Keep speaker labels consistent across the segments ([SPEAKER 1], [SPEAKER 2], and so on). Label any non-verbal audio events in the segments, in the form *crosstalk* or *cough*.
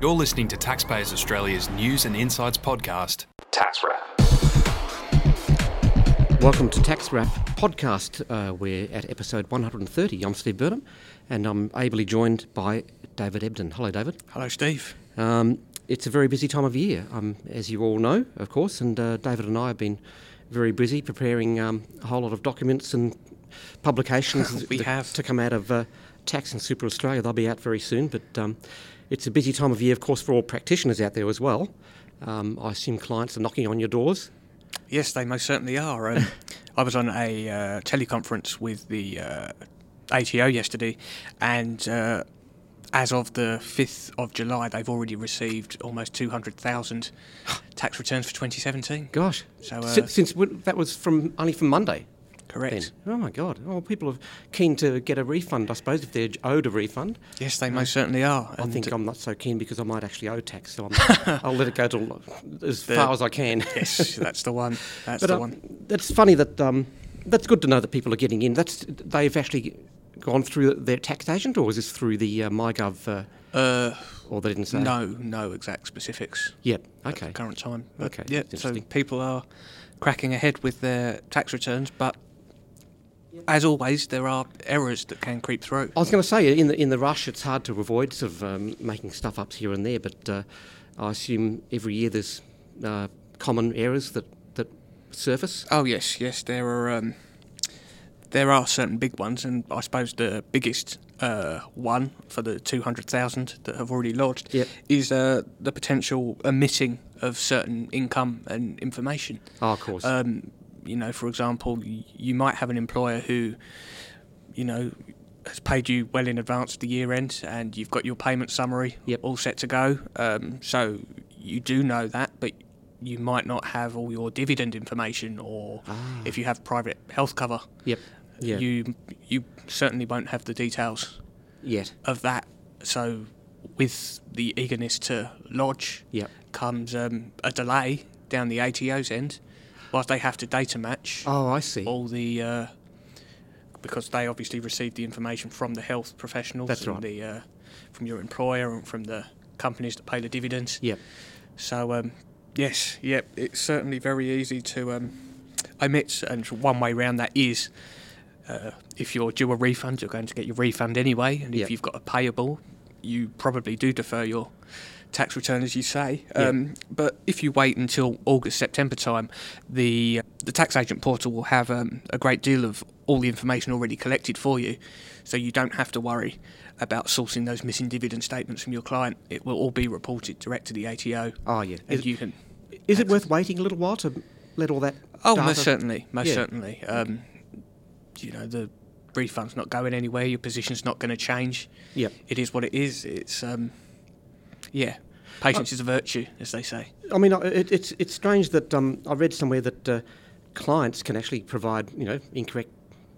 [SPEAKER 1] You're listening to Taxpayers Australia's News and Insights podcast.
[SPEAKER 2] Tax Wrap.
[SPEAKER 3] Welcome to Tax Wrap Podcast. Uh, we're at episode 130. I'm Steve Burnham, and I'm ably joined by David Ebden. Hello, David.
[SPEAKER 4] Hello, Steve.
[SPEAKER 3] Um, it's a very busy time of year, um, as you all know, of course, and uh, David and I have been very busy preparing um, a whole lot of documents and publications
[SPEAKER 4] *laughs* We
[SPEAKER 3] that-
[SPEAKER 4] have.
[SPEAKER 3] to come out of uh, Tax and Super Australia. They'll be out very soon, but um, it's a busy time of year, of course, for all practitioners out there as well. Um, I assume clients are knocking on your doors.
[SPEAKER 4] Yes, they most certainly are.
[SPEAKER 3] *laughs*
[SPEAKER 4] Um, I was on a uh, teleconference with the uh, ATO yesterday, and uh, as of the 5th of July, they've already received almost
[SPEAKER 3] *gasps*
[SPEAKER 4] 200,000 tax returns for 2017.
[SPEAKER 3] Gosh,
[SPEAKER 4] So,
[SPEAKER 3] Si-
[SPEAKER 4] uh,
[SPEAKER 3] since when, that was from only from Monday. Then.
[SPEAKER 4] Correct.
[SPEAKER 3] Oh my God! Oh, people are keen to get a refund, I suppose, if they're owed a refund.
[SPEAKER 4] Yes, they most certainly are.
[SPEAKER 3] I
[SPEAKER 4] and
[SPEAKER 3] think I'm not so keen because I might actually owe tax, so
[SPEAKER 4] *laughs*
[SPEAKER 3] I'm, I'll let it go to as far as I can.
[SPEAKER 4] yes, that's the one. That's
[SPEAKER 3] but
[SPEAKER 4] the
[SPEAKER 3] uh,
[SPEAKER 4] one.
[SPEAKER 3] that's funny that um, that's good to know that people are getting in. That's they've actually gone through their tax agent, or is this through the uh, MyGov? Uh,
[SPEAKER 4] Uh,
[SPEAKER 3] or they didn't say.
[SPEAKER 4] no, no exact specifics.
[SPEAKER 3] Yep. Okay.
[SPEAKER 4] at the current time. But
[SPEAKER 3] Okay,
[SPEAKER 4] Yeah,
[SPEAKER 3] that's
[SPEAKER 4] so
[SPEAKER 3] interesting.
[SPEAKER 4] people are cracking ahead with their tax returns, but as always, there are errors that can creep through.
[SPEAKER 3] I was going to say in the in the rush, it's hard to avoid sort of um, making stuff up here and there. But uh, I assume every year there's uh, common errors that that surface.
[SPEAKER 4] Oh yes, yes, there are um, there are certain big ones, and I suppose the biggest uh, one for the two hundred thousand that have already lodged
[SPEAKER 3] Yep.
[SPEAKER 4] is uh, the potential omitting of certain income and information.
[SPEAKER 3] Oh, of course.
[SPEAKER 4] um, you know, for example, y- you might have an employer who, you know, has paid you well in advance of the year end, and you've got your payment summary
[SPEAKER 3] Yep.
[SPEAKER 4] all set to go. Um, so you do know that, but you might not have all your dividend information, or if you have private health cover,
[SPEAKER 3] yep. Ah. Yeah.
[SPEAKER 4] you you certainly won't have the details
[SPEAKER 3] yet.
[SPEAKER 4] of that. So with the eagerness to lodge
[SPEAKER 3] Yep.
[SPEAKER 4] comes um, a delay down the ATO's end, whilst they have to data match
[SPEAKER 3] Oh, I see.
[SPEAKER 4] all the uh, because they obviously receive the information from the health professionals,
[SPEAKER 3] That's
[SPEAKER 4] and
[SPEAKER 3] right.
[SPEAKER 4] the, uh, from your employer and from the companies that pay the dividends.
[SPEAKER 3] Yep.
[SPEAKER 4] So um, yes, yep, it's certainly very easy to um, omit, and one way round that is. Uh, if you're due a refund, you're going to get your refund anyway, and
[SPEAKER 3] Yep.
[SPEAKER 4] if you've got a payable, you probably do defer your tax return, as you say. Um, But if you wait until August, September time, the the tax agent portal will have um, a great deal of all the information already collected for you, so you don't have to worry about sourcing those missing dividend statements from your client. It will all be reported direct to the ATO.
[SPEAKER 3] Oh, yeah.
[SPEAKER 4] and
[SPEAKER 3] Is-
[SPEAKER 4] you can.
[SPEAKER 3] Is it worth waiting a little while to let all that?
[SPEAKER 4] Oh,
[SPEAKER 3] data-
[SPEAKER 4] most certainly, most
[SPEAKER 3] Yeah.
[SPEAKER 4] certainly. Um, you know the refund's not going anywhere. Your position's not going to change.
[SPEAKER 3] Yep.
[SPEAKER 4] It is what it is. It's um, yeah,
[SPEAKER 3] Oh.
[SPEAKER 4] patience is a virtue, as they say.
[SPEAKER 3] I mean, I- it, it's it's strange that um, I read somewhere that uh, clients can actually provide you know incorrect.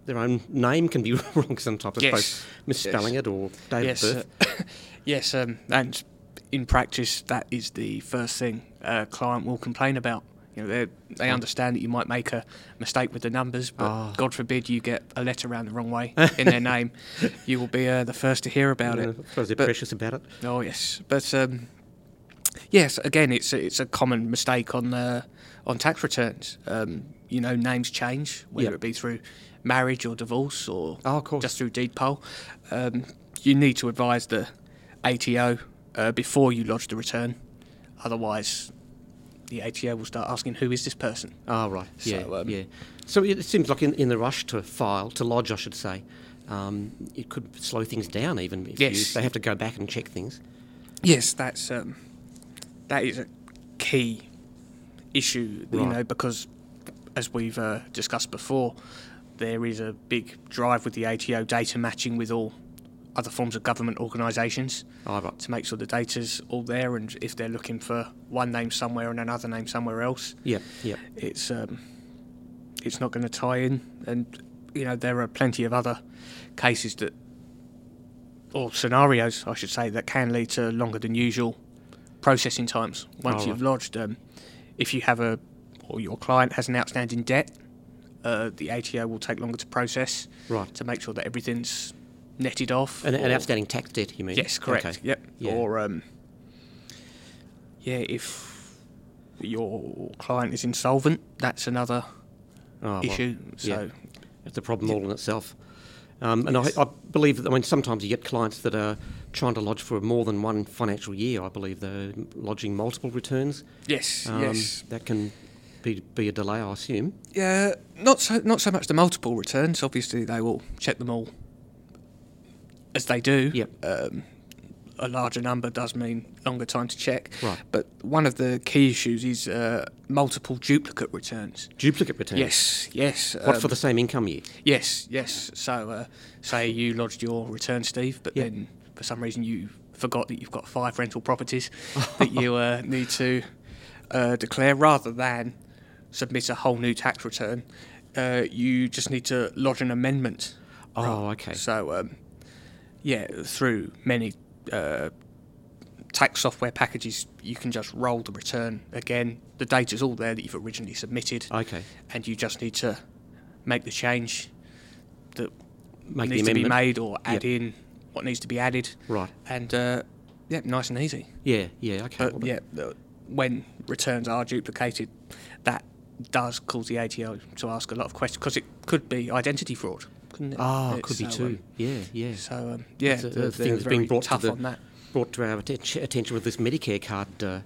[SPEAKER 3] Their own name can be *laughs* wrong sometimes, I
[SPEAKER 4] Yes.
[SPEAKER 3] suppose, misspelling it or date
[SPEAKER 4] yes,
[SPEAKER 3] of birth.
[SPEAKER 4] uh, *laughs* yes, um, and in practice, that is the first thing a client will complain about. You know, they- they understand that you might make a mistake with the numbers, but
[SPEAKER 3] Oh. Ah.
[SPEAKER 4] God forbid you get a letter round the wrong way in
[SPEAKER 3] *laughs*
[SPEAKER 4] their name, you will be uh, the first to hear about
[SPEAKER 3] Yeah,
[SPEAKER 4] it.
[SPEAKER 3] I suppose they're
[SPEAKER 4] But-
[SPEAKER 3] precious about it.
[SPEAKER 4] Oh yes, but um, yes, again, it's a, it's a common mistake on uh, on tax returns. Um, you know, names change, whether
[SPEAKER 3] Yep.
[SPEAKER 4] it be through marriage or divorce or
[SPEAKER 3] Oh, of course.
[SPEAKER 4] just through deed poll. Um, you need to advise the ATO uh, before you lodge the return, otherwise. The ATO will start asking who is this person.
[SPEAKER 3] Oh, right. Yeah,
[SPEAKER 4] So, um,
[SPEAKER 3] yeah. So it seems like in, in the rush to file, to lodge, I should say, um, it could slow things down even if, you,
[SPEAKER 4] Yes.
[SPEAKER 3] they have to go back and check things.
[SPEAKER 4] Yes, that's um, that is a key issue, you
[SPEAKER 3] Right.
[SPEAKER 4] know, because as we've uh, discussed before, there is a big drive with the ATO data matching with all other forms of government organisations
[SPEAKER 3] Oh, right.
[SPEAKER 4] to make sure the data's all there, and if they're looking for one name somewhere and another name somewhere else,
[SPEAKER 3] Yep, yep.
[SPEAKER 4] it's um, it's not going to tie in, and you know there are plenty of other cases that, or scenarios, I should say, that can lead to longer than usual processing times once
[SPEAKER 3] Oh,
[SPEAKER 4] you've
[SPEAKER 3] right.
[SPEAKER 4] lodged. Um, if you have a or your client has an outstanding debt, uh, the ATO will take longer to process
[SPEAKER 3] Right.
[SPEAKER 4] to make sure that everything's netted off.
[SPEAKER 3] An, an
[SPEAKER 4] or-
[SPEAKER 3] outstanding tax debt, you mean?
[SPEAKER 4] Yes, correct.
[SPEAKER 3] Okay.
[SPEAKER 4] Yep.
[SPEAKER 3] Yeah.
[SPEAKER 4] Or um, yeah, if your client is insolvent, that's another
[SPEAKER 3] Oh, well,
[SPEAKER 4] issue.
[SPEAKER 3] yeah.
[SPEAKER 4] So
[SPEAKER 3] It's a problem all in itself. Um, and I, I believe that, I mean, sometimes you get clients that are trying to lodge for more than one financial year. I believe they're lodging multiple returns.
[SPEAKER 4] yes,
[SPEAKER 3] Um,
[SPEAKER 4] yes,
[SPEAKER 3] That can be, be a delay, I assume.
[SPEAKER 4] yeah. Not so not so much the multiple returns. Obviously, they will check them all as they do.
[SPEAKER 3] Yep.
[SPEAKER 4] Um, a larger number does mean longer time to check.
[SPEAKER 3] Right.
[SPEAKER 4] But one of the key issues is uh, multiple duplicate returns.
[SPEAKER 3] Duplicate returns.
[SPEAKER 4] Yes, yes.
[SPEAKER 3] What
[SPEAKER 4] um,
[SPEAKER 3] for the same income year?
[SPEAKER 4] Yes, yes. So, uh, say you lodged your return, Steve, but
[SPEAKER 3] Yeah.
[SPEAKER 4] then for some reason you forgot that you've got five rental properties *laughs* that you uh, need to uh, declare rather than submit a whole new tax return. Uh, you just need to lodge an amendment.
[SPEAKER 3] Oh, okay.
[SPEAKER 4] So, um, yeah, through many uh, tax software packages, you can just roll the return again. The data's all there that you've originally submitted
[SPEAKER 3] Okay.
[SPEAKER 4] and you just need to make the change that
[SPEAKER 3] Make
[SPEAKER 4] needs
[SPEAKER 3] the
[SPEAKER 4] to be
[SPEAKER 3] amendment.
[SPEAKER 4] made or add
[SPEAKER 3] Yep.
[SPEAKER 4] in what needs to be added.
[SPEAKER 3] Right.
[SPEAKER 4] And uh, yeah, nice and easy.
[SPEAKER 3] Yeah, yeah, okay.
[SPEAKER 4] But
[SPEAKER 3] Well,
[SPEAKER 4] yeah, the- when returns are duplicated, that does cause the ATO to ask a lot of questions because it could be identity fraud, couldn't it?
[SPEAKER 3] Ah,
[SPEAKER 4] It's,
[SPEAKER 3] could be
[SPEAKER 4] uh,
[SPEAKER 3] too.
[SPEAKER 4] um,
[SPEAKER 3] yeah, yeah.
[SPEAKER 4] so um, yeah,
[SPEAKER 3] It's a- a
[SPEAKER 4] they're,
[SPEAKER 3] thing
[SPEAKER 4] they're
[SPEAKER 3] that's being
[SPEAKER 4] very
[SPEAKER 3] brought to
[SPEAKER 4] tough
[SPEAKER 3] the-
[SPEAKER 4] on that.
[SPEAKER 3] Brought to our atten- attention with this Medicare card uh,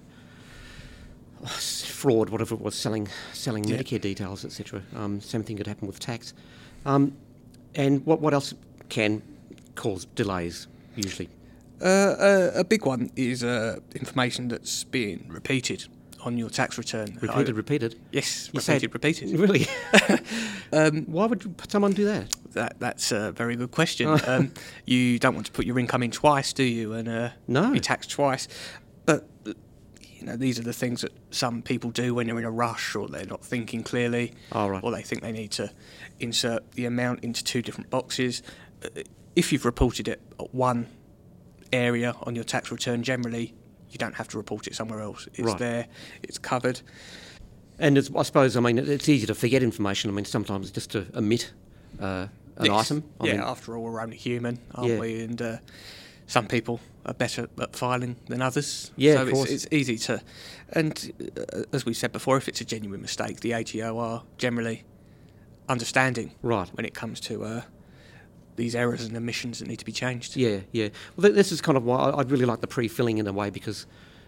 [SPEAKER 3] fraud, whatever it was, selling selling
[SPEAKER 4] Yeah.
[SPEAKER 3] Medicare details, etc. Um, same thing could happen with tax. Um, and what what else can cause delays usually?
[SPEAKER 4] Uh, a, a big one is uh, information that's being repeated on your tax return. I-
[SPEAKER 3] Repeated, repeated.
[SPEAKER 4] yes,
[SPEAKER 3] You say
[SPEAKER 4] repeated,
[SPEAKER 3] it-
[SPEAKER 4] repeated.
[SPEAKER 3] *laughs*
[SPEAKER 4] *laughs*
[SPEAKER 3] Really? um, Why would you- someone do that?
[SPEAKER 4] That that's a very
[SPEAKER 3] *laughs*
[SPEAKER 4] good question. um, you don't want to put your income in twice, do you? And uh,
[SPEAKER 3] No.
[SPEAKER 4] be taxed twice. But uh, you know, these are the things that some people do when they're in a rush or they're not thinking clearly,
[SPEAKER 3] Oh, right.
[SPEAKER 4] or they think they need to insert the amount into two different boxes. Uh, If you've reported it at one area on your tax return, generally you don't have to report it somewhere else. It's
[SPEAKER 3] Right.
[SPEAKER 4] there, it's covered.
[SPEAKER 3] And it's, I suppose I mean it- it's easy to forget information. I mean sometimes just to omit uh, an
[SPEAKER 4] Yes.
[SPEAKER 3] item. I
[SPEAKER 4] yeah,
[SPEAKER 3] mean,
[SPEAKER 4] after all, we're only human, aren't
[SPEAKER 3] Yeah.
[SPEAKER 4] we? And uh, some people are better at filing than others.
[SPEAKER 3] Yeah,
[SPEAKER 4] so
[SPEAKER 3] of
[SPEAKER 4] it's,
[SPEAKER 3] course.
[SPEAKER 4] it's easy to. And uh, as we said before, if it's a genuine mistake, the ATO are generally understanding
[SPEAKER 3] Right.
[SPEAKER 4] when it comes to uh, these errors and omissions that need to be changed.
[SPEAKER 3] Yeah, yeah. Well, th- this is kind of why I, I really like the pre-filling in a way because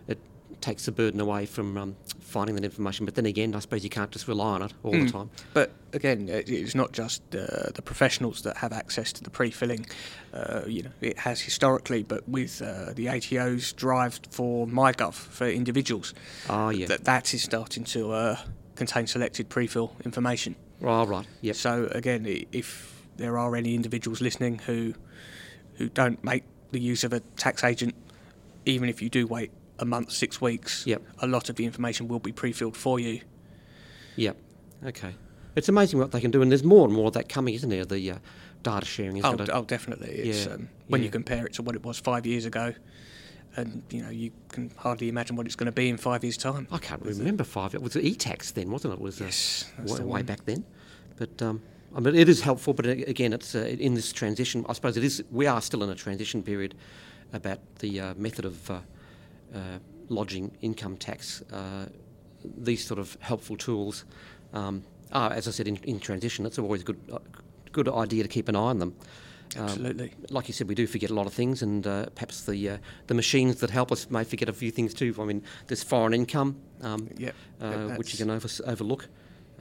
[SPEAKER 3] it takes the burden away from um, finding that information. But then again, I suppose you can't just rely on it all
[SPEAKER 4] Hmm.
[SPEAKER 3] the time.
[SPEAKER 4] But again, it- it's not just uh, the professionals that have access to the pre-filling. Uh, you know, it has historically, but with uh, the ATO's drive for MyGov for individuals,
[SPEAKER 3] Ah, yeah.
[SPEAKER 4] that that is starting to uh, contain selected pre-fill information.
[SPEAKER 3] oh, right. Yep.
[SPEAKER 4] So again, i- if there are any individuals listening who who don't make the use of a tax agent, even if you do wait a month, six weeks,
[SPEAKER 3] Yep.
[SPEAKER 4] a lot of the information will be pre-filled for you.
[SPEAKER 3] Yep. Okay. It's amazing what they can do, and there's more and more of that coming, isn't there? The uh, data sharing is
[SPEAKER 4] Oh,
[SPEAKER 3] going to.
[SPEAKER 4] oh definitely. It's
[SPEAKER 3] Yeah,
[SPEAKER 4] um, when
[SPEAKER 3] yeah.
[SPEAKER 4] you compare it to what it was five years ago, and you know you can hardly imagine what it's going to be in five years' time.
[SPEAKER 3] I can't remember five. It was e-tax then, wasn't it? It was uh,
[SPEAKER 4] Yes, that's
[SPEAKER 3] way,
[SPEAKER 4] the
[SPEAKER 3] way
[SPEAKER 4] one.
[SPEAKER 3] back then. But um, I mean, it is helpful. But a- again, it's uh, in this transition. I suppose it is. We are still in a transition period about the uh, method of uh, uh, lodging income tax. Uh, these sort of helpful tools um, are, as I said, in, in transition. It's always a good, uh, good idea to keep an eye on them. Um,
[SPEAKER 4] Absolutely.
[SPEAKER 3] like you said, we do forget a lot of things, and uh, perhaps the uh, the machines that help us may forget a few things too. I mean, there's foreign income, um,
[SPEAKER 4] Yep,
[SPEAKER 3] uh,
[SPEAKER 4] yep,
[SPEAKER 3] which you
[SPEAKER 4] that's-
[SPEAKER 3] can over, overlook.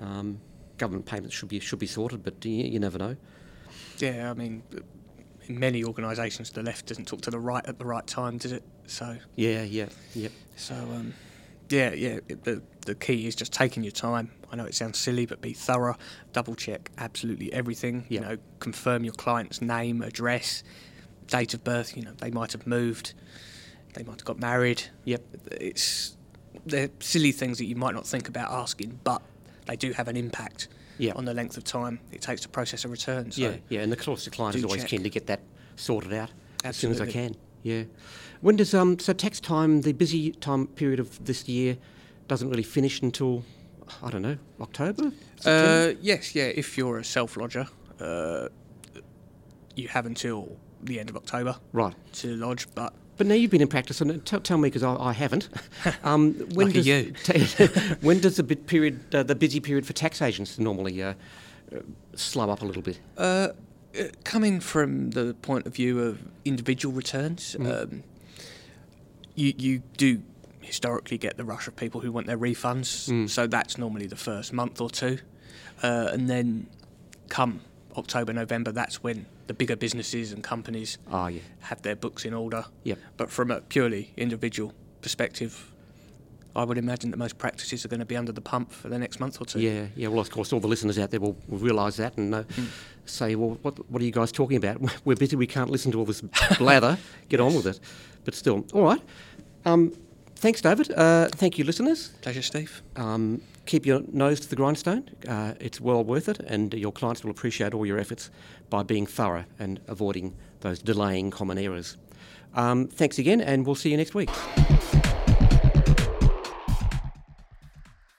[SPEAKER 3] Um, government payments should be should be sorted, but you, you never know.
[SPEAKER 4] Yeah, I mean, in many organisations, the left doesn't talk to the right at the right time, does it? So,
[SPEAKER 3] Yeah, yeah, yeah.
[SPEAKER 4] so um, yeah, yeah. It, the the key is just taking your time. I know it sounds silly, but be thorough. Double check absolutely everything. You
[SPEAKER 3] Yeah.
[SPEAKER 4] know, confirm your client's name, address, date of birth. You know, they might have moved, they might have got married.
[SPEAKER 3] Yep.
[SPEAKER 4] It's they're silly things that you might not think about asking, but they do have an impact
[SPEAKER 3] Yeah.
[SPEAKER 4] on the length of time it takes to process a return. So.
[SPEAKER 3] yeah, yeah. And the course, the client is
[SPEAKER 4] do
[SPEAKER 3] always
[SPEAKER 4] check.
[SPEAKER 3] keen to get that sorted out as soon as I
[SPEAKER 4] Absolutely.
[SPEAKER 3] can. Yeah. When does um so tax time? The busy time period of this year doesn't really finish until I don't know October. September?
[SPEAKER 4] Uh, yes, yeah. If you're a self lodger, uh, you have until the end of October
[SPEAKER 3] right.
[SPEAKER 4] to lodge, but
[SPEAKER 3] But now you've been in practice, and t- tell me because I, I
[SPEAKER 4] *laughs*
[SPEAKER 3] haven't. Um, when
[SPEAKER 4] Lucky
[SPEAKER 3] does
[SPEAKER 4] you.
[SPEAKER 3] *laughs* ta- when does the bit period, uh, the busy period for tax agents normally uh, uh, slow up a little bit?
[SPEAKER 4] Uh, uh, coming from the point of view of individual returns,
[SPEAKER 3] Mm-hmm.
[SPEAKER 4] um, you you do historically get the rush of people who want their refunds.
[SPEAKER 3] Mm.
[SPEAKER 4] So that's normally the first month or two, uh, and then come October November, that's when the bigger businesses and companies
[SPEAKER 3] Ah, yeah.
[SPEAKER 4] have their books in order.
[SPEAKER 3] Yep.
[SPEAKER 4] But from a purely individual perspective. I would imagine that most practices are going to be under the pump for the next month or two.
[SPEAKER 3] Yeah, yeah. Well, of course, all the listeners out there will, will realise that and uh,
[SPEAKER 4] Hmm.
[SPEAKER 3] say, "Well, what, what are you guys talking about? *laughs* We're busy. We can't listen to all this
[SPEAKER 4] *laughs*
[SPEAKER 3] blather. Get on with it." But still, all right. Um, thanks, David. Uh, thank you, listeners.
[SPEAKER 4] Pleasure, Steve.
[SPEAKER 3] Um, keep your nose to the grindstone. Uh, it's well worth it, and your clients will appreciate all your efforts by being thorough and avoiding those delaying common errors. Um, thanks again, and we'll see you next week.